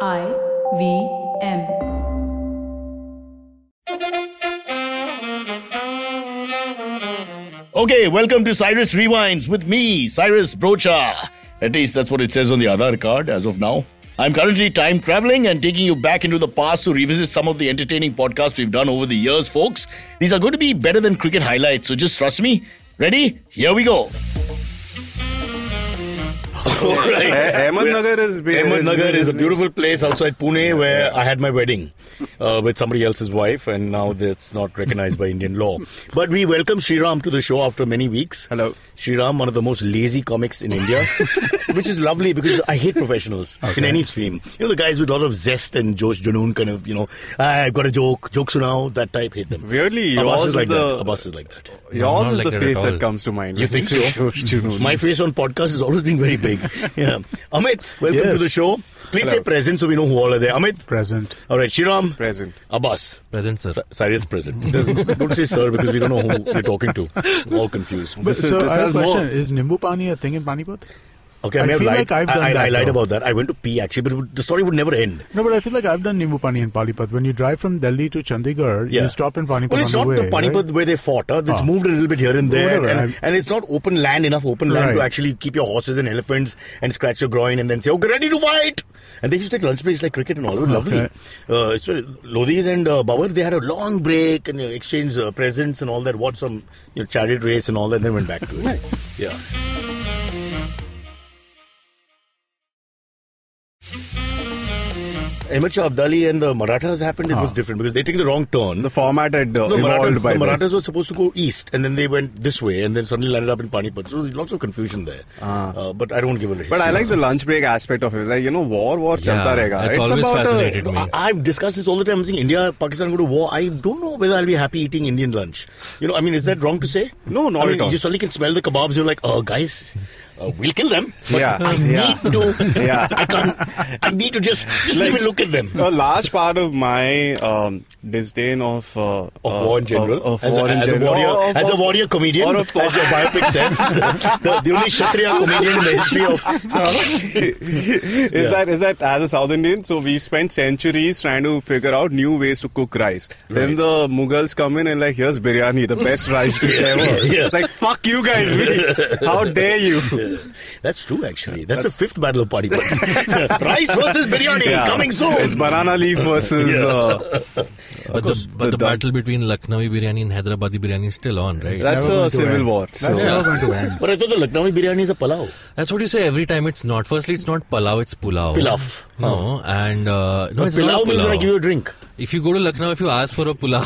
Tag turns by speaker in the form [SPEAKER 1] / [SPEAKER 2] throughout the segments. [SPEAKER 1] I V M.
[SPEAKER 2] Okay, welcome to Cyrus Rewinds with me, Cyrus Brocha. At least that's what it says on the Aadhaar card as of now. I'm currently time traveling and taking you back into the past to revisit some of the entertaining podcasts we've done over the years, folks. These are going to be better than cricket highlights, so just trust me. Ready? Here we go. All right.
[SPEAKER 3] Eh- Ahmednagar is be-
[SPEAKER 2] Ahmednagar is a beautiful place outside Pune where I had my wedding uh, with somebody else's wife, and now that's not recognized by Indian law. But we welcome Sriram to the show after many weeks.
[SPEAKER 3] Hello.
[SPEAKER 2] Sriram, one of the most lazy comics in India, which is lovely because I hate professionals in any stream. You know, the guys with a lot of zest and Josh Janoon kind of, you know, "Ah, I've got a joke, jokes now, that type, hate them.
[SPEAKER 3] Weirdly,
[SPEAKER 2] Abbas
[SPEAKER 3] yours
[SPEAKER 2] is
[SPEAKER 3] is
[SPEAKER 2] like
[SPEAKER 3] the-
[SPEAKER 2] that. Abbas is like that.
[SPEAKER 3] Yours
[SPEAKER 4] not
[SPEAKER 3] is
[SPEAKER 4] like
[SPEAKER 3] the
[SPEAKER 4] that at
[SPEAKER 3] face that
[SPEAKER 4] all.
[SPEAKER 3] comes to mind.
[SPEAKER 2] You think so? My face on podcast has always been very big. Yeah. Amit, welcome to
[SPEAKER 5] Yes.
[SPEAKER 2] the show. Please say present so we know who all are there. Amit.
[SPEAKER 5] Present.
[SPEAKER 2] All right, Shiram.
[SPEAKER 3] Present.
[SPEAKER 2] Abbas.
[SPEAKER 4] Present, sir.
[SPEAKER 2] Cyrus present. Don't say sir because we don't know who you're talking to. We're all confused.
[SPEAKER 5] But,
[SPEAKER 3] is-
[SPEAKER 5] so
[SPEAKER 3] this
[SPEAKER 5] I have
[SPEAKER 3] has
[SPEAKER 5] a question:
[SPEAKER 3] more-
[SPEAKER 5] Is Nimbu Pani a thing in Panipat?
[SPEAKER 2] Okay,
[SPEAKER 5] I
[SPEAKER 2] may have
[SPEAKER 5] feel
[SPEAKER 2] lied.
[SPEAKER 5] like I've
[SPEAKER 2] I-
[SPEAKER 5] done
[SPEAKER 2] I, I
[SPEAKER 5] that
[SPEAKER 2] lied
[SPEAKER 5] though.
[SPEAKER 2] about that. I went to pee actually, but it would- the story would never end.
[SPEAKER 5] No, but I feel like I've done Nimbu Pani in Panipat. When you drive from Delhi to Chandigarh,
[SPEAKER 2] Yeah.
[SPEAKER 5] you stop in Panipat
[SPEAKER 2] Well, it's
[SPEAKER 5] on
[SPEAKER 2] not
[SPEAKER 5] the way.
[SPEAKER 2] the Panipat
[SPEAKER 5] right?
[SPEAKER 2] where they fought. Huh? It's
[SPEAKER 5] Ah.
[SPEAKER 2] moved a little bit here and there.
[SPEAKER 5] Whatever,
[SPEAKER 2] and,
[SPEAKER 5] I'm-
[SPEAKER 2] and it's not open land, enough open land to
[SPEAKER 5] Right.
[SPEAKER 2] actually keep your horses and elephants and scratch your groin and then say, okay, ready to fight. And they used to take lunch breaks like cricket and all. It was lovely.
[SPEAKER 5] Okay.
[SPEAKER 2] Uh, so Lodhis and uh, Babar, they had a long break and you know, exchanged uh, presents and all that, watched some you know, chariot race and all that, and then went back to it. nice. Yeah. Ahmed Shah Abdali and the Marathas happened, it was
[SPEAKER 5] Ah.
[SPEAKER 2] different because they took the wrong turn.
[SPEAKER 3] The format had uh,
[SPEAKER 2] No,
[SPEAKER 3] evolved
[SPEAKER 2] Marathas,
[SPEAKER 3] by
[SPEAKER 2] the
[SPEAKER 3] then.
[SPEAKER 2] Marathas were supposed to go east, and then they went this way, and then suddenly landed up in Panipat. So there's lots of confusion there. Uh, but I don't give a.
[SPEAKER 3] Ah. But I like the lunch break aspect of it. Like, you know, war, war, chalta
[SPEAKER 4] Yeah,
[SPEAKER 3] rahega.
[SPEAKER 4] that's
[SPEAKER 3] It's
[SPEAKER 4] always
[SPEAKER 3] about a-
[SPEAKER 4] fascinated me.
[SPEAKER 2] I, have discussed this all the time. I'm saying India, Pakistan go to war. I don't know whether I'll be happy eating Indian lunch. You know, I mean, is that wrong to say?
[SPEAKER 3] No, not
[SPEAKER 2] I mean,
[SPEAKER 3] at all.
[SPEAKER 2] You suddenly can smell the kebabs. You're like, oh, guys. Uh, we'll kill them. But
[SPEAKER 3] Yeah,
[SPEAKER 2] I
[SPEAKER 3] yeah.
[SPEAKER 2] need to.
[SPEAKER 3] Yeah.
[SPEAKER 2] I can't. I need to just, just
[SPEAKER 3] Like-
[SPEAKER 2] even look at them.
[SPEAKER 3] a large part of my um, disdain of uh,
[SPEAKER 2] Of
[SPEAKER 3] uh,
[SPEAKER 2] war in general,
[SPEAKER 3] of, of
[SPEAKER 2] as,
[SPEAKER 3] war
[SPEAKER 2] a,
[SPEAKER 3] in
[SPEAKER 2] as
[SPEAKER 3] general,
[SPEAKER 2] a warrior,
[SPEAKER 3] Or of-
[SPEAKER 2] as a
[SPEAKER 3] of-
[SPEAKER 2] warrior comedian,
[SPEAKER 3] or of po-
[SPEAKER 2] as your biopic says, the, the only Kshatriya comedian in the history of.
[SPEAKER 3] is that is that as a South Indian, so we spent centuries trying to figure out new ways to cook rice. Then the Mughals come in and like, here's biryani, the best rice dish ever.
[SPEAKER 2] Yeah.
[SPEAKER 3] Like, fuck you guys, we, how dare you?
[SPEAKER 2] That's true, actually. That's, the fifth battle of Panipat. Rice versus biryani
[SPEAKER 3] Yeah.
[SPEAKER 2] coming soon.
[SPEAKER 3] It's banana leaf versus. Uh,
[SPEAKER 4] But
[SPEAKER 3] course,
[SPEAKER 4] the, but
[SPEAKER 3] the
[SPEAKER 4] the,
[SPEAKER 3] dal-
[SPEAKER 4] battle between Lucknowi biryani and Hyderabadi biryani is still on, right?
[SPEAKER 3] that's
[SPEAKER 5] Never
[SPEAKER 3] a
[SPEAKER 5] going to
[SPEAKER 3] civil
[SPEAKER 5] end.
[SPEAKER 3] war.
[SPEAKER 5] That's
[SPEAKER 3] so-
[SPEAKER 5] never going to end.
[SPEAKER 2] but I thought the Lucknowi biryani is a palau.
[SPEAKER 4] That's what you say every time. It's not. Firstly, it's not palau. It's pulao.
[SPEAKER 2] Pilaf.
[SPEAKER 4] No, and uh, no, it's not
[SPEAKER 2] palau
[SPEAKER 4] a
[SPEAKER 2] means when I
[SPEAKER 4] pulao.
[SPEAKER 2] give you a drink.
[SPEAKER 4] If you go to Lucknow, if you ask for a pulao,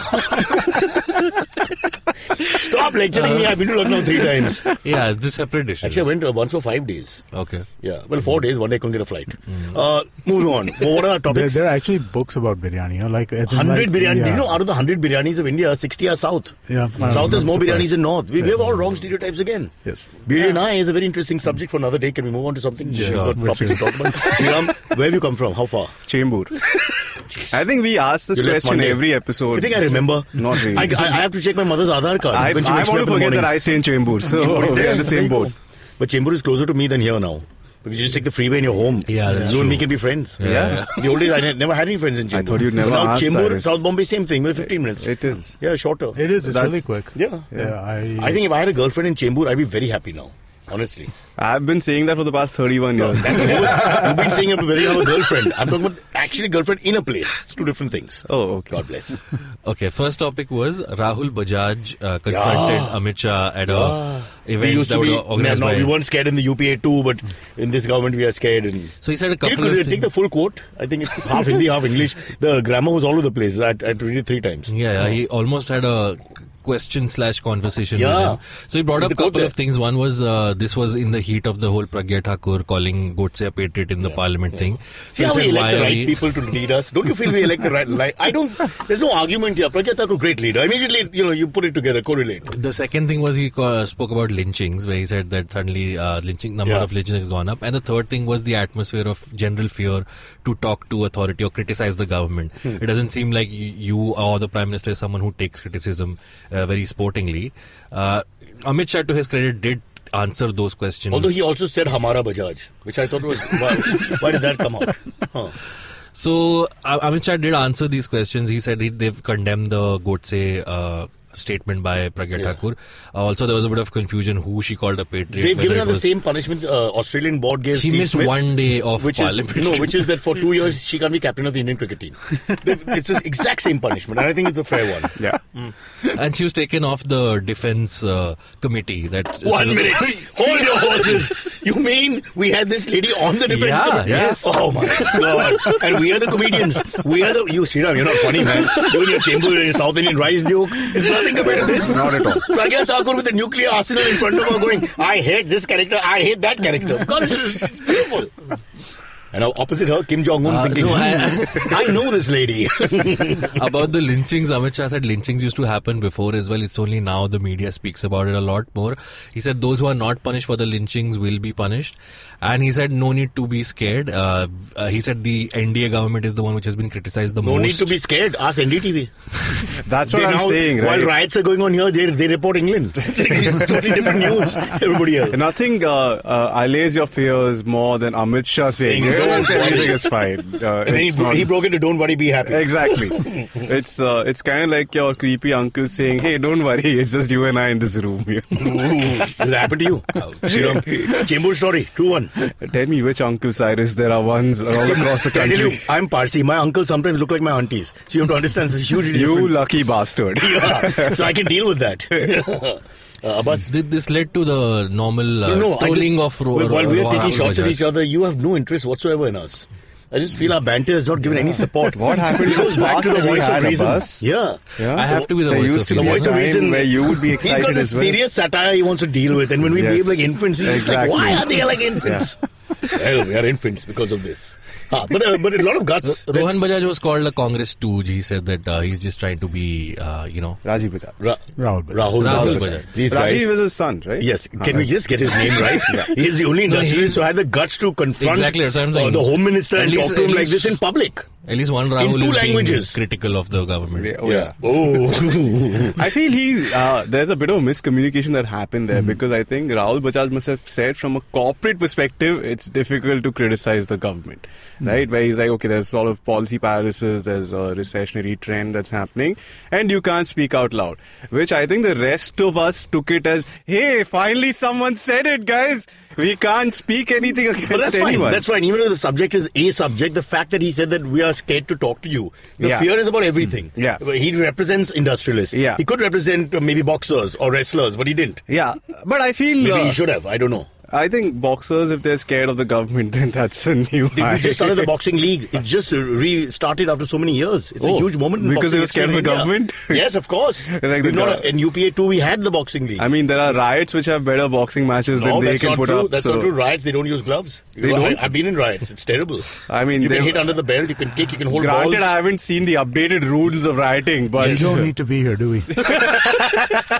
[SPEAKER 2] Stop lecturing
[SPEAKER 3] Uh.
[SPEAKER 2] me. I've been to Lucknow three times.
[SPEAKER 4] yeah, it's a separate dish.
[SPEAKER 2] Actually, I went uh, once for five days.
[SPEAKER 4] okay.
[SPEAKER 2] Yeah, well,
[SPEAKER 3] Mm.
[SPEAKER 2] four days. One day I couldn't get a flight. Uh, moving on. Well, what are our
[SPEAKER 5] There,
[SPEAKER 2] topics?
[SPEAKER 5] there are actually books about biryani. You know, like as in,
[SPEAKER 2] 100
[SPEAKER 5] like,
[SPEAKER 2] biryani.
[SPEAKER 5] Yeah.
[SPEAKER 2] You know, out of the 100 biryanis of India, 60 are south.
[SPEAKER 5] Yeah.
[SPEAKER 2] south
[SPEAKER 5] I'm
[SPEAKER 2] is
[SPEAKER 5] not
[SPEAKER 2] more
[SPEAKER 5] surprised.
[SPEAKER 2] biryanis than north. We, we have all wrong stereotypes again.
[SPEAKER 5] Yes.
[SPEAKER 2] Biryani is a very interesting subject for another day. Can we move on to something? We've got topics to talk about. Sriram, where have you come from? How far?
[SPEAKER 3] Chambur. I think we ask this
[SPEAKER 2] You left
[SPEAKER 3] question
[SPEAKER 2] Monday.
[SPEAKER 3] every episode.
[SPEAKER 2] You think I remember?
[SPEAKER 3] Not really.
[SPEAKER 2] I, I, I have to check my mother's Aadhaar card.
[SPEAKER 3] I,
[SPEAKER 2] when she
[SPEAKER 3] I
[SPEAKER 2] wakes me up
[SPEAKER 3] want to
[SPEAKER 2] in the
[SPEAKER 3] forget
[SPEAKER 2] morning.
[SPEAKER 3] that I stay in Chambur, so we are
[SPEAKER 2] There,
[SPEAKER 3] on the
[SPEAKER 2] there you
[SPEAKER 3] same boat.
[SPEAKER 2] go. But Chembur is closer to me than here now. Because you just take the freeway and you're home.
[SPEAKER 4] Yeah, that's
[SPEAKER 2] You and
[SPEAKER 4] true.
[SPEAKER 2] me can be friends.
[SPEAKER 3] Yeah.
[SPEAKER 2] The old days, I ne- never had any friends in Chembur.
[SPEAKER 3] I thought you'd never
[SPEAKER 2] But now
[SPEAKER 3] ask,
[SPEAKER 2] Chembur,
[SPEAKER 3] Cyrus.
[SPEAKER 2] South Bombay, same thing. We're 15 minutes.
[SPEAKER 3] It is.
[SPEAKER 2] yeah, shorter.
[SPEAKER 5] it is. It's
[SPEAKER 3] That's-
[SPEAKER 5] really quick.
[SPEAKER 2] Yeah.
[SPEAKER 5] Yeah. I,
[SPEAKER 2] I think if I had a girlfriend in Chembur, I'd be very happy now. Honestly.
[SPEAKER 3] I've been saying that for the past 31 years.
[SPEAKER 2] You've been saying I'm very have a girlfriend. I'm talking about actually girlfriend in a place. It's two different things.
[SPEAKER 3] Oh, okay.
[SPEAKER 2] God bless.
[SPEAKER 4] Okay, first topic was Rahul Bajaj uh, confronted
[SPEAKER 2] Yeah.
[SPEAKER 4] Amit Shah at a
[SPEAKER 2] Uh, We
[SPEAKER 4] event
[SPEAKER 2] used
[SPEAKER 4] that
[SPEAKER 2] to be.
[SPEAKER 4] was organized
[SPEAKER 2] no,
[SPEAKER 4] by.
[SPEAKER 2] we weren't scared in the UPA too, but in this government we are scared. And
[SPEAKER 4] so he said a
[SPEAKER 2] Can you
[SPEAKER 4] couple of
[SPEAKER 2] take
[SPEAKER 4] things.
[SPEAKER 2] the full quote? I think it's half Hindi, half English. The grammar was all over the place. I, I had to read it three times.
[SPEAKER 4] Yeah, yeah, he almost had a question slash conversation
[SPEAKER 2] Yeah.
[SPEAKER 4] with him. So he brought
[SPEAKER 2] He's
[SPEAKER 4] up
[SPEAKER 2] the
[SPEAKER 4] a couple
[SPEAKER 2] goat
[SPEAKER 4] of things. One was uh, this was in the heat of the whole Pragya Thakur calling Godse Petrit in the parliament thing.
[SPEAKER 2] See
[SPEAKER 4] So
[SPEAKER 2] how
[SPEAKER 4] he
[SPEAKER 2] we
[SPEAKER 4] said,
[SPEAKER 2] elect
[SPEAKER 4] "Why
[SPEAKER 2] the
[SPEAKER 4] are
[SPEAKER 2] right
[SPEAKER 4] we-"
[SPEAKER 2] people to lead us. Don't you feel we elect the right? Like, I don't. There's no argument here. Pragya Thakur, great leader. Immediately, you know, you put it together, correlate.
[SPEAKER 4] The second thing was he ca- spoke about lynchings, where he said that suddenly uh, lynching number
[SPEAKER 2] Yeah.
[SPEAKER 4] of lynchings has gone up, and the third thing was the atmosphere of general fear to talk to authority or criticize the government.
[SPEAKER 2] Hmm.
[SPEAKER 4] It doesn't seem like y- you or the prime minister is someone who takes criticism uh, very sportingly. Uh, Amit Shah, to his credit, did answer those questions.
[SPEAKER 2] Although he also said Hamara Bajaj, which I thought was why, why did that come out? Huh.
[SPEAKER 4] So uh, Amit Shah did answer these questions. He said he, they've condemned the Godse uh, statement by Pragya Thakur. Uh, also, there was a bit of confusion who she called a patriot.
[SPEAKER 2] They've
[SPEAKER 4] whether
[SPEAKER 2] given
[SPEAKER 4] it
[SPEAKER 2] her the
[SPEAKER 4] was-
[SPEAKER 2] same punishment uh, Australian board gave.
[SPEAKER 4] She
[SPEAKER 2] Steve
[SPEAKER 4] missed
[SPEAKER 2] Smith,
[SPEAKER 4] one day of
[SPEAKER 2] which
[SPEAKER 4] parliament.
[SPEAKER 2] is no, which is that for two years she can't be captain of the Indian cricket team. it's the exact same punishment, and I think it's a fair one.
[SPEAKER 3] Yeah.
[SPEAKER 4] and she was taken off the defense uh, committee. That
[SPEAKER 2] One minute. Hold your horses. You mean we had this lady on the defense?
[SPEAKER 4] Yeah,
[SPEAKER 2] committee?
[SPEAKER 4] yes.
[SPEAKER 2] Oh my god. And we are the comedians. We are the you Sriram, you're not funny, man. You and your chamber and your South Indian rice nuke. It's nothing compared to this.
[SPEAKER 3] Not at all.
[SPEAKER 2] Pragya Thakur with the nuclear arsenal in front of her going, I hate this character, I hate that character. God, it's beautiful. And now opposite her, Kim Jong Un
[SPEAKER 4] Uh,
[SPEAKER 2] thinking,
[SPEAKER 4] no, I-
[SPEAKER 2] "Hmm, I know this lady.
[SPEAKER 4] about the lynchings, Amit Shah said lynchings used to happen before as well. It's only now the media speaks about it a lot more. He said those who are not punished for the lynchings will be punished. And he said no need to be scared. Uh, uh, he said the NDA government is the one which has been criticized the
[SPEAKER 2] No
[SPEAKER 4] most.
[SPEAKER 2] need to be scared. Ask NDTV.
[SPEAKER 3] That's what
[SPEAKER 2] They
[SPEAKER 3] I'm
[SPEAKER 2] now-
[SPEAKER 3] saying, right?
[SPEAKER 2] While riots are going on here, they, they report England. it's totally different news. Everybody else.
[SPEAKER 3] Nothing uh, uh, allays your fears more than Amit Shah saying,
[SPEAKER 2] Saying,
[SPEAKER 3] "Yeah,
[SPEAKER 2] "Don't
[SPEAKER 3] it's-
[SPEAKER 2] worry."
[SPEAKER 3] everything is fine. Uh,
[SPEAKER 2] And then he,
[SPEAKER 3] it's not-
[SPEAKER 2] he broke into "Don't worry, be happy."
[SPEAKER 3] exactly. it's uh, it's kind of like your creepy uncle saying, hey, don't worry, it's just you and I in this room. you know.
[SPEAKER 2] Does it happen to you? Shiram. Chambur story, true one.
[SPEAKER 3] Tell me which Uncle Cyrus there are ones all across the
[SPEAKER 2] I tell you,
[SPEAKER 3] country.
[SPEAKER 2] I'm Parsi. My uncles sometimes look like my aunties. So you have to understand, this is hugely
[SPEAKER 3] You
[SPEAKER 2] different.
[SPEAKER 3] lucky bastard.
[SPEAKER 2] Yeah. So I can deal with that. uh, Abbas.
[SPEAKER 4] Th- This led to the normal uh,
[SPEAKER 2] no, I
[SPEAKER 4] tolling
[SPEAKER 2] just-
[SPEAKER 4] of ro-
[SPEAKER 2] While
[SPEAKER 4] ro-
[SPEAKER 2] we are
[SPEAKER 4] ro-
[SPEAKER 2] taking shots at
[SPEAKER 4] Bajaj.
[SPEAKER 2] each other, you have no interest whatsoever in us. I just feel our banter has not given any support.
[SPEAKER 3] What happened
[SPEAKER 2] It
[SPEAKER 3] to the
[SPEAKER 2] goes back
[SPEAKER 3] spark
[SPEAKER 2] to the
[SPEAKER 3] that we
[SPEAKER 2] voice
[SPEAKER 3] had,
[SPEAKER 2] of reason.
[SPEAKER 3] Abbas?
[SPEAKER 2] Yeah.
[SPEAKER 3] Yeah?
[SPEAKER 4] I have to be the
[SPEAKER 3] There
[SPEAKER 4] voice
[SPEAKER 3] used
[SPEAKER 4] of
[SPEAKER 3] to be
[SPEAKER 2] The
[SPEAKER 4] reason.
[SPEAKER 2] voice of
[SPEAKER 3] time
[SPEAKER 2] reason.
[SPEAKER 3] where you would be
[SPEAKER 2] He's got
[SPEAKER 3] excited
[SPEAKER 2] this
[SPEAKER 3] as well.
[SPEAKER 2] serious satire he wants to deal with, and when we
[SPEAKER 3] Yes.
[SPEAKER 2] behave like infants, he's just like,
[SPEAKER 3] Exactly.
[SPEAKER 2] "Why are they like infants?" well, we are infants because of this. Ah, but uh, but a lot of guts.
[SPEAKER 4] Rohan Bajaj was called a Congress stooge. He said that uh, he's just trying to be, uh, you know,
[SPEAKER 3] Rajiv Bajaj.
[SPEAKER 2] Ra-
[SPEAKER 5] Rahul Bajaj.
[SPEAKER 2] Rahul,
[SPEAKER 4] Rahul
[SPEAKER 2] Bajaj.
[SPEAKER 4] Bajaj.
[SPEAKER 2] These guys.
[SPEAKER 3] Rajiv is his son, right?
[SPEAKER 2] Yes, can we just get his name right? He's the only
[SPEAKER 4] No,
[SPEAKER 2] nationalist
[SPEAKER 4] he's-
[SPEAKER 2] who had the guts to confront
[SPEAKER 4] Exactly, that's what I'm
[SPEAKER 2] uh,
[SPEAKER 4] saying.
[SPEAKER 2] the home minister
[SPEAKER 4] At
[SPEAKER 2] and
[SPEAKER 4] least-
[SPEAKER 2] talk to him
[SPEAKER 4] at
[SPEAKER 2] like this
[SPEAKER 4] least-
[SPEAKER 2] in public.
[SPEAKER 4] at least one Rahul
[SPEAKER 2] two
[SPEAKER 4] is being
[SPEAKER 2] languages.
[SPEAKER 4] critical of the government.
[SPEAKER 3] Yeah, Oh, yeah.
[SPEAKER 2] Oh,
[SPEAKER 3] I feel he's uh, there's a bit of miscommunication that happened
[SPEAKER 2] Hmm.
[SPEAKER 3] there because I think Rahul Bajaj must have said from a corporate perspective it's difficult to criticize the government,
[SPEAKER 2] Hmm.
[SPEAKER 3] right? Where he's like, okay, there's sort of policy paralysis, there's a recessionary trend that's happening, and you can't speak out loud. Which I think the rest of us took it as, hey, finally someone said it, guys. We can't speak anything against
[SPEAKER 2] but that's fine.
[SPEAKER 3] anyone.
[SPEAKER 2] That's fine. Even though the subject is a subject, the fact that he said that we are scared to talk to you, the
[SPEAKER 3] Yeah. Mm.
[SPEAKER 2] fear is about everything.
[SPEAKER 3] Yeah.
[SPEAKER 2] But he represents industrialists.
[SPEAKER 3] Yeah.
[SPEAKER 2] he could represent uh, maybe boxers or wrestlers, but he didn't.
[SPEAKER 3] yeah, but I feel
[SPEAKER 2] Maybe
[SPEAKER 3] uh,
[SPEAKER 2] he should have. I don't know.
[SPEAKER 3] I think boxers, if they're scared of the government, then that's a new.
[SPEAKER 2] They-
[SPEAKER 3] high.
[SPEAKER 2] We just started the boxing league. It just uh, restarted after so many years. It's a
[SPEAKER 3] Oh,
[SPEAKER 2] huge moment in
[SPEAKER 3] because they
[SPEAKER 2] boxing
[SPEAKER 3] were scared
[SPEAKER 2] history
[SPEAKER 3] of the
[SPEAKER 2] in India.
[SPEAKER 3] government?
[SPEAKER 2] yes, of course.
[SPEAKER 3] the
[SPEAKER 2] We've not-
[SPEAKER 3] gov-
[SPEAKER 2] in UPA two, we had the boxing league.
[SPEAKER 3] I mean, there are riots which have better boxing matches
[SPEAKER 2] No,
[SPEAKER 3] than they
[SPEAKER 2] that's
[SPEAKER 3] can
[SPEAKER 2] not
[SPEAKER 3] put
[SPEAKER 2] true.
[SPEAKER 3] up.
[SPEAKER 2] That's
[SPEAKER 3] so,
[SPEAKER 2] not true. Riots, they don't use gloves.
[SPEAKER 3] They
[SPEAKER 2] You know,
[SPEAKER 3] don't?
[SPEAKER 2] I, have been in riots. It's terrible.
[SPEAKER 3] I mean,
[SPEAKER 2] you
[SPEAKER 3] they-
[SPEAKER 2] can hit under the belt. You can kick. You can hold
[SPEAKER 3] Granted, I
[SPEAKER 2] balls.
[SPEAKER 3] haven't seen the updated rules of rioting, but
[SPEAKER 5] We don't need to be here, do we?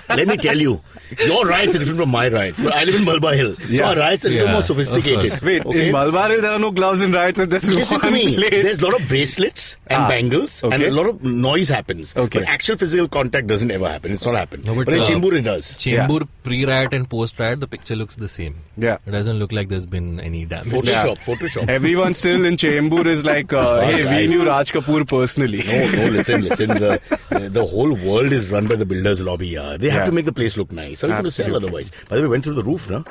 [SPEAKER 2] Let me tell you, your riots are different from my riots. But I live in Malba Hill, so
[SPEAKER 3] Yeah.
[SPEAKER 2] our riots are a little
[SPEAKER 4] Yeah,
[SPEAKER 2] more
[SPEAKER 4] of
[SPEAKER 2] sophisticated.
[SPEAKER 4] course.
[SPEAKER 3] wait, in Malbar Hill, there are no gloves and riots. And there's
[SPEAKER 2] Listen to
[SPEAKER 3] one
[SPEAKER 2] me.
[SPEAKER 3] place.
[SPEAKER 2] There's a lot of bracelets and
[SPEAKER 3] Ah,
[SPEAKER 2] bangles, and
[SPEAKER 3] okay.
[SPEAKER 2] a lot of noise happens.
[SPEAKER 3] Okay.
[SPEAKER 2] But actual physical contact doesn't ever happen. It's not happened.
[SPEAKER 4] No,
[SPEAKER 2] but
[SPEAKER 4] but,
[SPEAKER 2] in
[SPEAKER 4] uh,
[SPEAKER 2] Chembur, it does.
[SPEAKER 4] Chembur pre-riot and post-riot, the picture looks the same.
[SPEAKER 3] Yeah.
[SPEAKER 4] It doesn't look like there's been any damage.
[SPEAKER 2] Photoshop, Photoshop.
[SPEAKER 3] Everyone still in Chembur is like, uh, hey,
[SPEAKER 2] guys.
[SPEAKER 3] we knew Raj Kapoor personally.
[SPEAKER 2] No, no, listen, listen. The, the whole world is run by the builders' lobby. Yeah. They have
[SPEAKER 3] Yeah.
[SPEAKER 2] to make the place look nice. How are you going to sell
[SPEAKER 3] Absolutely.
[SPEAKER 2] otherwise? By the way, went through the roof, no?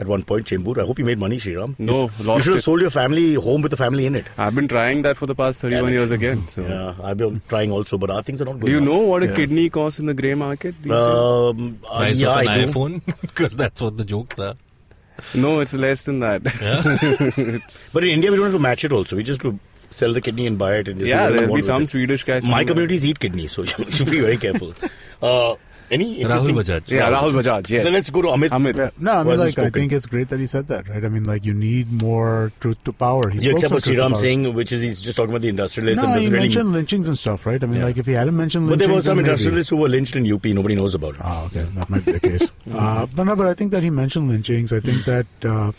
[SPEAKER 2] At one point, Chembur. I hope you made money, Sriram.
[SPEAKER 3] No,
[SPEAKER 2] you, s- You
[SPEAKER 3] lost
[SPEAKER 2] should have
[SPEAKER 3] it.
[SPEAKER 2] sold your family home with the family in it.
[SPEAKER 3] I've been trying that for the past 31 years again. So,
[SPEAKER 2] Yeah, I've been trying also, but our things are not good.
[SPEAKER 3] do you know what a kidney costs in the grey market? These
[SPEAKER 2] Um, uh,
[SPEAKER 4] Price
[SPEAKER 2] yeah,
[SPEAKER 4] of an
[SPEAKER 2] I do.
[SPEAKER 4] iPhone, because that's what the jokes are.
[SPEAKER 3] days? no, it's less than that.
[SPEAKER 2] But in India, we don't have to match it also. We just do sell the kidney and buy it. And just
[SPEAKER 3] yeah,
[SPEAKER 2] do whatever
[SPEAKER 3] there'll
[SPEAKER 2] we
[SPEAKER 3] be
[SPEAKER 2] want
[SPEAKER 3] some
[SPEAKER 2] with it.
[SPEAKER 3] Swedish guys.
[SPEAKER 2] My communities eat kidney, so you should be very careful. Uh, any
[SPEAKER 4] Rahul
[SPEAKER 2] interesting-
[SPEAKER 4] Bajaj.
[SPEAKER 3] Yeah, Rahul Bajaj. Yes.
[SPEAKER 2] Then let's go to Amit.
[SPEAKER 3] Amit.
[SPEAKER 5] Yeah. No, I mean,
[SPEAKER 2] Wasn't
[SPEAKER 5] like, I
[SPEAKER 2] spoken.
[SPEAKER 5] think it's great that he said that, right? I mean, like, you need more truth to power. He
[SPEAKER 2] Yeah,
[SPEAKER 5] spoke
[SPEAKER 2] except
[SPEAKER 5] some
[SPEAKER 2] for
[SPEAKER 5] truth to
[SPEAKER 2] Sriram
[SPEAKER 5] power.
[SPEAKER 2] Singh, which is he's just talking about the industrialism.
[SPEAKER 5] No, he
[SPEAKER 2] doesn't really-
[SPEAKER 5] mentioned lynchings and stuff, right? I mean, like, if he hadn't mentioned
[SPEAKER 2] but
[SPEAKER 5] lynchings,
[SPEAKER 2] there were some
[SPEAKER 5] then maybe-
[SPEAKER 2] industrialists who were lynched in UP. Nobody knows about it.
[SPEAKER 5] Ah, okay, that might be the case. uh, but no, but I think that he mentioned lynchings. I think that uh,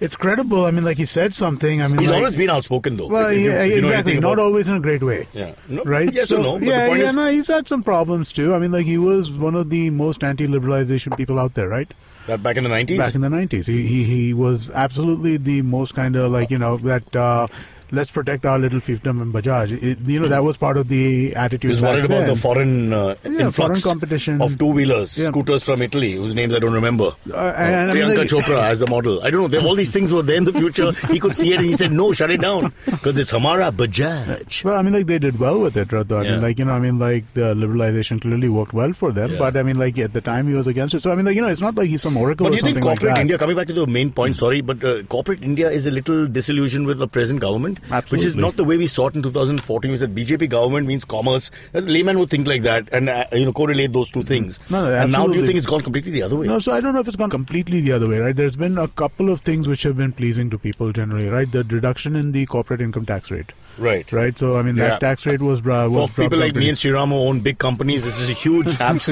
[SPEAKER 5] it's credible. I mean, like, he said something. I mean,
[SPEAKER 2] He's
[SPEAKER 5] like,
[SPEAKER 2] always been outspoken, though.
[SPEAKER 5] Well,
[SPEAKER 2] If you-
[SPEAKER 5] yeah,
[SPEAKER 2] if you know
[SPEAKER 5] exactly.
[SPEAKER 2] anything
[SPEAKER 5] Not
[SPEAKER 2] about-
[SPEAKER 5] always in a great way.
[SPEAKER 2] Yeah. No,
[SPEAKER 5] right?
[SPEAKER 2] Yes
[SPEAKER 5] so,
[SPEAKER 2] or no? But
[SPEAKER 5] yeah,
[SPEAKER 2] the point
[SPEAKER 5] yeah,
[SPEAKER 2] is,
[SPEAKER 5] no, he's had some problems too. I mean, like he was one of the most anti-liberalization people out there, right?
[SPEAKER 2] that back in the 90s,
[SPEAKER 5] Back in the nineties, he, he he was absolutely the most kind of like you know that. Uh, let's protect our little fiefdom in Bajaj. It, you know, that was part of the attitude.
[SPEAKER 2] He was
[SPEAKER 5] back
[SPEAKER 2] worried about
[SPEAKER 5] then.
[SPEAKER 2] the foreign uh,
[SPEAKER 5] Yeah,
[SPEAKER 2] influx
[SPEAKER 5] foreign competition.
[SPEAKER 2] of two-wheelers,
[SPEAKER 5] Yeah.
[SPEAKER 2] scooters from Italy, whose names I don't remember.
[SPEAKER 5] Uh, and- and I mean,
[SPEAKER 2] Priyanka
[SPEAKER 5] like-
[SPEAKER 2] Chopra as a model. I don't know. There, all these things were there in the future. he could see it and he said, "No, shut it down," because it's Hamara Bajaj.
[SPEAKER 5] Well, I mean, like they did well with it, Radha. I
[SPEAKER 2] Yeah.
[SPEAKER 5] mean, like you know, I mean, like the liberalization clearly worked well for them.
[SPEAKER 2] Yeah.
[SPEAKER 5] But I mean, like at the time he was against it. So I mean, like you know, it's not like he's some oracle
[SPEAKER 2] But
[SPEAKER 5] or
[SPEAKER 2] do you think
[SPEAKER 5] something like
[SPEAKER 2] corporate
[SPEAKER 5] that.
[SPEAKER 2] India, coming back to the main point, sorry, but uh, corporate India is a little disillusioned with the present government, which is
[SPEAKER 5] Absolutely.
[SPEAKER 2] not the way we saw it in 2014. We said BJP government means commerce. A layman would think like that and uh, you know correlate those two things.
[SPEAKER 5] No, no,
[SPEAKER 2] and now do you
[SPEAKER 5] absolutely.
[SPEAKER 2] think it's gone completely the other way?
[SPEAKER 5] No, so I don't know if it's gone completely the other way, right? There's been a couple of things which have been pleasing to people generally, right? The reduction in the corporate income tax rate,
[SPEAKER 2] Right.
[SPEAKER 5] right? So I mean,
[SPEAKER 2] Yeah.
[SPEAKER 5] that tax rate was bra-
[SPEAKER 2] For
[SPEAKER 5] was dropped
[SPEAKER 2] people
[SPEAKER 5] down
[SPEAKER 2] like me
[SPEAKER 5] pretty-
[SPEAKER 2] and Sriram who own big companies, this is a huge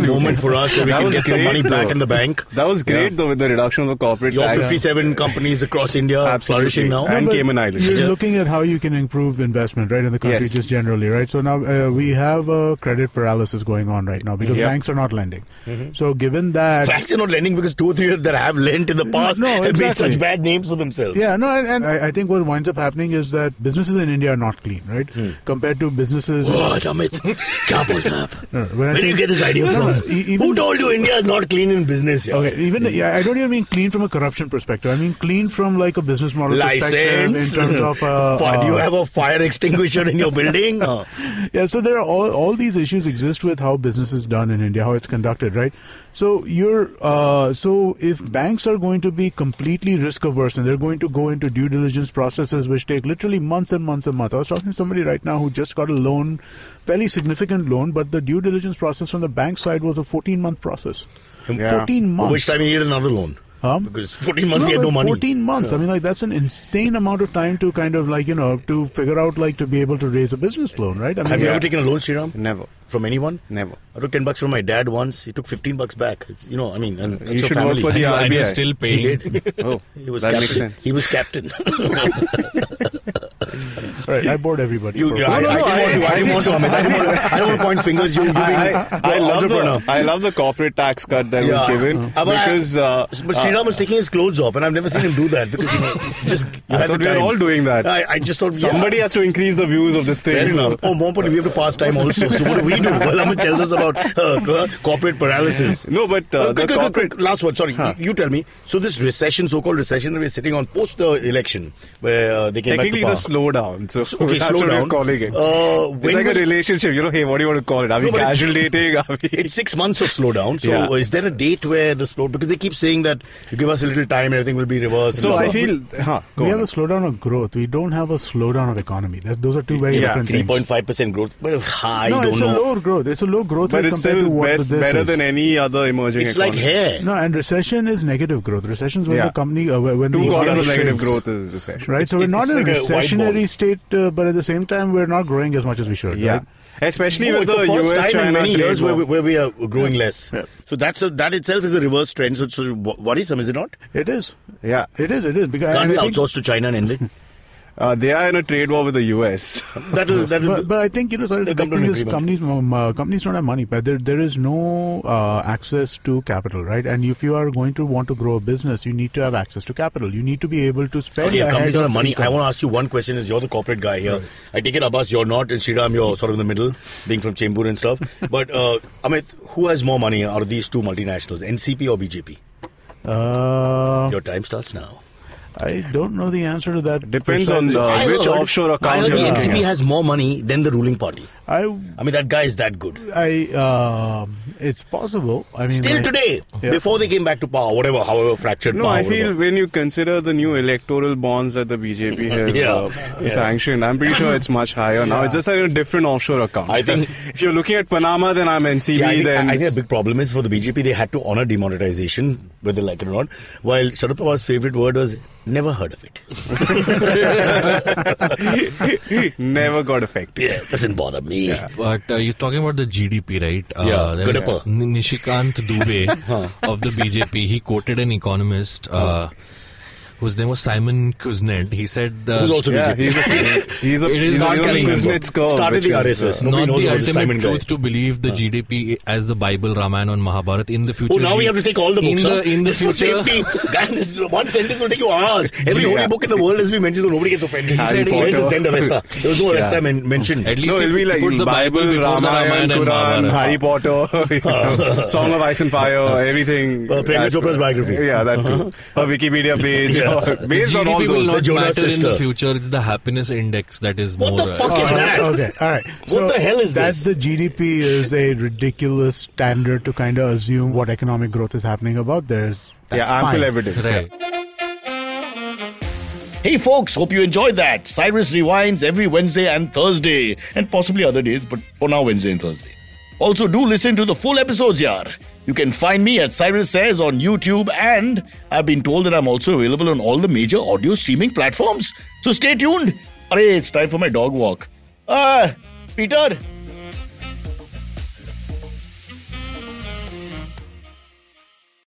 [SPEAKER 2] moment for us. So we
[SPEAKER 3] That
[SPEAKER 2] can
[SPEAKER 3] was
[SPEAKER 2] get some
[SPEAKER 3] great,
[SPEAKER 2] money back
[SPEAKER 3] though.
[SPEAKER 2] in the bank.
[SPEAKER 3] That was great
[SPEAKER 2] Yeah.
[SPEAKER 3] though with the reduction of the corporate
[SPEAKER 2] Your
[SPEAKER 3] tax.
[SPEAKER 2] 57 companies across India are
[SPEAKER 3] Absolutely.
[SPEAKER 2] flourishing now.
[SPEAKER 3] And
[SPEAKER 5] No, but
[SPEAKER 3] Cayman Islands.
[SPEAKER 5] You're
[SPEAKER 2] Yeah.
[SPEAKER 5] looking at how you can improve investment, right, in the country
[SPEAKER 3] Yes.
[SPEAKER 5] just generally, right? So now uh, we have uh, credit paralysis going on right now
[SPEAKER 2] Mm-hmm.
[SPEAKER 5] because
[SPEAKER 3] Yep.
[SPEAKER 5] banks are not lending. So given that,
[SPEAKER 2] Banks are not lending because two or three that have lent in the past
[SPEAKER 5] No,
[SPEAKER 2] have made
[SPEAKER 5] exactly.
[SPEAKER 2] such bad names for themselves.
[SPEAKER 5] Yeah, no, and, and I, I think what winds up happening is that businesses in India are not clean, right? Compared to businesses.
[SPEAKER 2] Hmm. What, Amit? Kya bolta aap?
[SPEAKER 5] No, no, when I
[SPEAKER 2] Where do
[SPEAKER 5] say-
[SPEAKER 2] you get this idea
[SPEAKER 5] No, no,
[SPEAKER 2] from?
[SPEAKER 5] e- even-
[SPEAKER 2] Who told you India is not clean in business? Yeah?
[SPEAKER 5] Okay, even yeah, I don't even mean clean from a corruption perspective. I mean clean from like a business model perspective
[SPEAKER 2] License?
[SPEAKER 5] in terms of uh,
[SPEAKER 2] Fi- do you
[SPEAKER 5] uh,
[SPEAKER 2] have a fire extinguisher in your building? Uh,
[SPEAKER 5] yeah. So there are all all these issues exist with how business is done in India, how it's conducted, right? So you're uh, so if banks are going to be completely risk averse and they're going to go into due diligence processes which take literally months and months and months. I was talking to somebody right now who just got a loan, fairly significant loan, but the due diligence process from the bank side was a 14 month process.
[SPEAKER 3] Yeah.
[SPEAKER 5] 14 months.
[SPEAKER 2] Uh, which time you need another loan?
[SPEAKER 5] Huh?
[SPEAKER 2] Because 14 months you had no
[SPEAKER 5] but
[SPEAKER 2] money.
[SPEAKER 5] 14 months. I mean, like, that's an insane amount of time to kind of like, you know, to figure out, like, to be able to raise a business loan, right? I mean,
[SPEAKER 2] Have you
[SPEAKER 5] yeah.
[SPEAKER 2] ever taken a loan, Sriram?
[SPEAKER 3] Never.
[SPEAKER 2] From anyone?
[SPEAKER 3] Never.
[SPEAKER 2] I took 10 bucks from my dad once. He took 15 bucks back. It's, you know, I mean, and that's
[SPEAKER 3] You
[SPEAKER 2] your
[SPEAKER 3] should work
[SPEAKER 2] family.
[SPEAKER 3] for the
[SPEAKER 4] And you're
[SPEAKER 3] RBI.
[SPEAKER 4] still
[SPEAKER 2] He
[SPEAKER 4] paying.
[SPEAKER 2] did.
[SPEAKER 3] oh,
[SPEAKER 2] He was
[SPEAKER 3] that
[SPEAKER 2] captain.
[SPEAKER 3] makes sense.
[SPEAKER 2] He was captain.
[SPEAKER 5] Right, I bored everybody.
[SPEAKER 2] you,
[SPEAKER 5] for-
[SPEAKER 2] you, I,
[SPEAKER 3] no,
[SPEAKER 2] I,
[SPEAKER 3] no,
[SPEAKER 2] didn't
[SPEAKER 3] I-
[SPEAKER 2] want to- I didn't want to. Amit. I didn't want to. I don't want to point fingers. You, you being
[SPEAKER 3] I, I, I
[SPEAKER 2] the
[SPEAKER 3] love
[SPEAKER 2] entrepreneur.
[SPEAKER 3] the I love the corporate tax cut that was
[SPEAKER 2] Yeah.
[SPEAKER 3] given
[SPEAKER 2] Uh, but I-
[SPEAKER 3] because uh,
[SPEAKER 2] But Sriram was taking his clothes off, and I've never seen him do that because you know, just you
[SPEAKER 3] I
[SPEAKER 2] had
[SPEAKER 3] thought
[SPEAKER 2] the
[SPEAKER 3] we were
[SPEAKER 2] time.
[SPEAKER 3] all doing that.
[SPEAKER 2] I, I just thought
[SPEAKER 3] somebody
[SPEAKER 2] Yeah.
[SPEAKER 3] has to increase the views of this
[SPEAKER 2] Fair
[SPEAKER 3] thing.
[SPEAKER 2] enough. Oh, more importantly, we have to pass time also. So what do we do? Well, Amit tells us about uh, uh, corporate paralysis.
[SPEAKER 3] No, but uh,
[SPEAKER 2] Uh, quick,
[SPEAKER 3] the
[SPEAKER 2] quick,
[SPEAKER 3] corporate
[SPEAKER 2] quick, quick, last one. Sorry, you, you tell me. So this recession, so-called recession that we're sitting on post the election, where uh, they came back to
[SPEAKER 3] technically
[SPEAKER 2] power.
[SPEAKER 3] the slowdown. So
[SPEAKER 2] So, okay,
[SPEAKER 3] that's
[SPEAKER 2] slow
[SPEAKER 3] what
[SPEAKER 2] down.
[SPEAKER 3] we're calling it.
[SPEAKER 2] Uh, when
[SPEAKER 3] it's like a
[SPEAKER 2] will-
[SPEAKER 3] relationship. You know, hey, what do you want to call it? Are we
[SPEAKER 2] No, but it's-
[SPEAKER 3] casual dating? Are we?
[SPEAKER 2] It's six months of slowdown. So
[SPEAKER 3] Yeah.
[SPEAKER 2] is there a date where the slow? Because they keep saying that you give us a little time, everything will be reversed.
[SPEAKER 3] so
[SPEAKER 2] And
[SPEAKER 3] I
[SPEAKER 2] so-
[SPEAKER 3] feel, huh? Go
[SPEAKER 5] we
[SPEAKER 3] on.
[SPEAKER 5] have a slowdown of growth. We don't have a slowdown of economy. That, those are two very
[SPEAKER 3] Yeah,
[SPEAKER 5] different
[SPEAKER 2] three
[SPEAKER 5] things.
[SPEAKER 2] point five percent growth. Well, I
[SPEAKER 5] no,
[SPEAKER 2] don't
[SPEAKER 5] it's
[SPEAKER 2] know.
[SPEAKER 5] a lower growth. It's a low growth
[SPEAKER 3] but
[SPEAKER 5] rate
[SPEAKER 3] it's
[SPEAKER 5] compared to
[SPEAKER 3] still
[SPEAKER 5] what
[SPEAKER 3] best,
[SPEAKER 5] this
[SPEAKER 3] better
[SPEAKER 5] is.
[SPEAKER 3] than any other emerging.
[SPEAKER 2] it's like
[SPEAKER 3] economy.
[SPEAKER 2] hair.
[SPEAKER 5] No, and recession is negative growth. Recession is when
[SPEAKER 3] Yeah.
[SPEAKER 5] the company, uh, when the
[SPEAKER 3] Two quarters
[SPEAKER 5] economy
[SPEAKER 3] of negative
[SPEAKER 5] shrinks.
[SPEAKER 3] growth is recession.
[SPEAKER 5] Right, so we're
[SPEAKER 2] It's-
[SPEAKER 5] not in a
[SPEAKER 2] it's like a white ball.
[SPEAKER 5] recessionary state, uh, but at the same time, we're not growing as much as we should.
[SPEAKER 3] Yeah,
[SPEAKER 5] right?
[SPEAKER 3] especially
[SPEAKER 2] Oh,
[SPEAKER 3] with
[SPEAKER 2] it's
[SPEAKER 3] the
[SPEAKER 2] first
[SPEAKER 3] US
[SPEAKER 2] time in
[SPEAKER 3] China
[SPEAKER 2] many years where we,
[SPEAKER 3] trade.
[SPEAKER 2] where we are growing less. So that's a, that itself is a reverse trend. So it's uh, wo- worrisome, is it not?
[SPEAKER 5] It is.
[SPEAKER 3] Yeah,
[SPEAKER 5] It is. It is. Because
[SPEAKER 2] Can't
[SPEAKER 5] and
[SPEAKER 2] we
[SPEAKER 5] I think-
[SPEAKER 2] outsource to China and end it?
[SPEAKER 3] uh, they are in a trade war with the US.
[SPEAKER 2] That'll that'll.
[SPEAKER 5] But, but I think you know, sorry,
[SPEAKER 2] They'll
[SPEAKER 5] the
[SPEAKER 2] come
[SPEAKER 5] big
[SPEAKER 2] to an
[SPEAKER 5] thing is
[SPEAKER 2] agreement.
[SPEAKER 5] companies um, uh, companies don't have money, but there there is no uh, access to capital, right? And if you are going to want to grow a business, you need to have access to capital. You need to be able to spend.
[SPEAKER 2] Okay,
[SPEAKER 5] ahead
[SPEAKER 2] companies don't
[SPEAKER 5] of
[SPEAKER 2] have money.
[SPEAKER 5] income.
[SPEAKER 2] I want to ask you one question. Is you're the corporate guy here? I take it, Abbas, you're not, and Sriram, you're sort of in the middle, being from Chembur and stuff. but uh, Amit, who has more money out of these two multinationals, NCP or BJP?
[SPEAKER 5] Uh,
[SPEAKER 2] Your time starts now.
[SPEAKER 5] I don't know the answer to that.
[SPEAKER 3] Depends on the-
[SPEAKER 5] precisely.
[SPEAKER 2] I
[SPEAKER 3] which
[SPEAKER 2] heard-
[SPEAKER 3] offshore account
[SPEAKER 2] I heard
[SPEAKER 3] you're
[SPEAKER 2] the
[SPEAKER 3] looking
[SPEAKER 2] NCP
[SPEAKER 3] at.
[SPEAKER 2] has more money than the ruling party.
[SPEAKER 5] I.
[SPEAKER 2] I mean, that guy is that good.
[SPEAKER 5] I. Um, it's possible. I mean,
[SPEAKER 2] Till
[SPEAKER 5] like-
[SPEAKER 2] today,
[SPEAKER 5] Yeah.
[SPEAKER 2] before they came back to power, whatever, however fractured
[SPEAKER 3] No,
[SPEAKER 2] power.
[SPEAKER 3] I feel
[SPEAKER 2] whatever.
[SPEAKER 3] when you consider the new electoral bonds that the BJP have
[SPEAKER 2] Yeah.
[SPEAKER 3] uh,
[SPEAKER 2] Yeah.
[SPEAKER 3] sanctioned, I'm pretty sure it's much higher now. It's just that in a different offshore account.
[SPEAKER 2] I think-
[SPEAKER 3] if you're looking at Panama, then I'm NCB.
[SPEAKER 2] See, I think,
[SPEAKER 3] then
[SPEAKER 2] I think the big problem is for the BJP, they had to honor demonetization, whether like it or not. While Sharad Pawar's favorite word was never heard of it.
[SPEAKER 3] never got affected.
[SPEAKER 2] Yeah, doesn't bother me.
[SPEAKER 4] But uh, you're talking about the GDP, right?
[SPEAKER 2] Yeah,
[SPEAKER 4] uh, there was
[SPEAKER 2] Gadapa.
[SPEAKER 4] N- Nishikant Dubey of the BJP. He quoted an economist. Uh, whose name was Simon Kuznet. He said the
[SPEAKER 2] Who's also
[SPEAKER 3] Yeah,
[SPEAKER 2] BJP.
[SPEAKER 3] he's a he's a
[SPEAKER 4] It is
[SPEAKER 3] he's
[SPEAKER 4] not
[SPEAKER 3] a
[SPEAKER 2] Can't
[SPEAKER 4] coming.
[SPEAKER 2] remember.
[SPEAKER 3] Kuznets
[SPEAKER 2] Started the RSS. Nobody
[SPEAKER 4] not
[SPEAKER 2] knows about this
[SPEAKER 4] the ultimate
[SPEAKER 2] Simon guy.
[SPEAKER 4] truth to believe the GDP as the Bible, Ramayana, and Mahabharata in the future.
[SPEAKER 2] Oh, now we
[SPEAKER 4] G-
[SPEAKER 2] have to take all the
[SPEAKER 4] in
[SPEAKER 2] books. huh?
[SPEAKER 4] The, in the
[SPEAKER 2] Just
[SPEAKER 4] future,
[SPEAKER 2] for safety. Guy, this one sentence will take you hours. Every
[SPEAKER 3] Yeah.
[SPEAKER 2] holy book in the world has been mentioned, so nobody gets offended.
[SPEAKER 3] Harry
[SPEAKER 2] he said he
[SPEAKER 3] Potter.
[SPEAKER 2] just send Aresta. There was no Aresta men- mentioned.
[SPEAKER 4] at least
[SPEAKER 3] No,
[SPEAKER 4] he
[SPEAKER 3] it'll be like
[SPEAKER 4] put the Bible,
[SPEAKER 3] Bible,
[SPEAKER 4] before the
[SPEAKER 3] Ramayana,
[SPEAKER 4] Ramayana and
[SPEAKER 3] Quran,
[SPEAKER 4] Mahabharata.
[SPEAKER 3] Harry Potter, you know, Song of Ice and Fire, everything.
[SPEAKER 2] Uh, Priyanka
[SPEAKER 3] As per-
[SPEAKER 2] Chopra's biography.
[SPEAKER 3] Yeah, that too. Her Wikipedia page, uh, based on all
[SPEAKER 4] GDP will
[SPEAKER 3] those.
[SPEAKER 4] not
[SPEAKER 2] Jonah
[SPEAKER 4] matter in
[SPEAKER 2] sister.
[SPEAKER 4] the future. It's the happiness index that is
[SPEAKER 2] What
[SPEAKER 4] more.
[SPEAKER 2] the fuck
[SPEAKER 4] uh,
[SPEAKER 2] is that?
[SPEAKER 5] Okay, all right. So
[SPEAKER 2] the hell is
[SPEAKER 5] that?
[SPEAKER 2] this?
[SPEAKER 5] The GDP is a ridiculous standard to kind of assume what economic growth is happening about. There's that's
[SPEAKER 3] yeah, ample
[SPEAKER 5] fine.
[SPEAKER 3] evidence.
[SPEAKER 4] Right.
[SPEAKER 2] Hey folks, hope you enjoyed that. Cyrus rewinds every Wednesday and Thursday, and possibly other days, but for now, Wednesday and Thursday. Also, do listen to the full episodes, yaar. You can find me at Cyrus Says on YouTube, and I've been told that I'm also available on all the major audio streaming platforms. So stay tuned. Arey, it's time for my dog walk. Uh, Peter,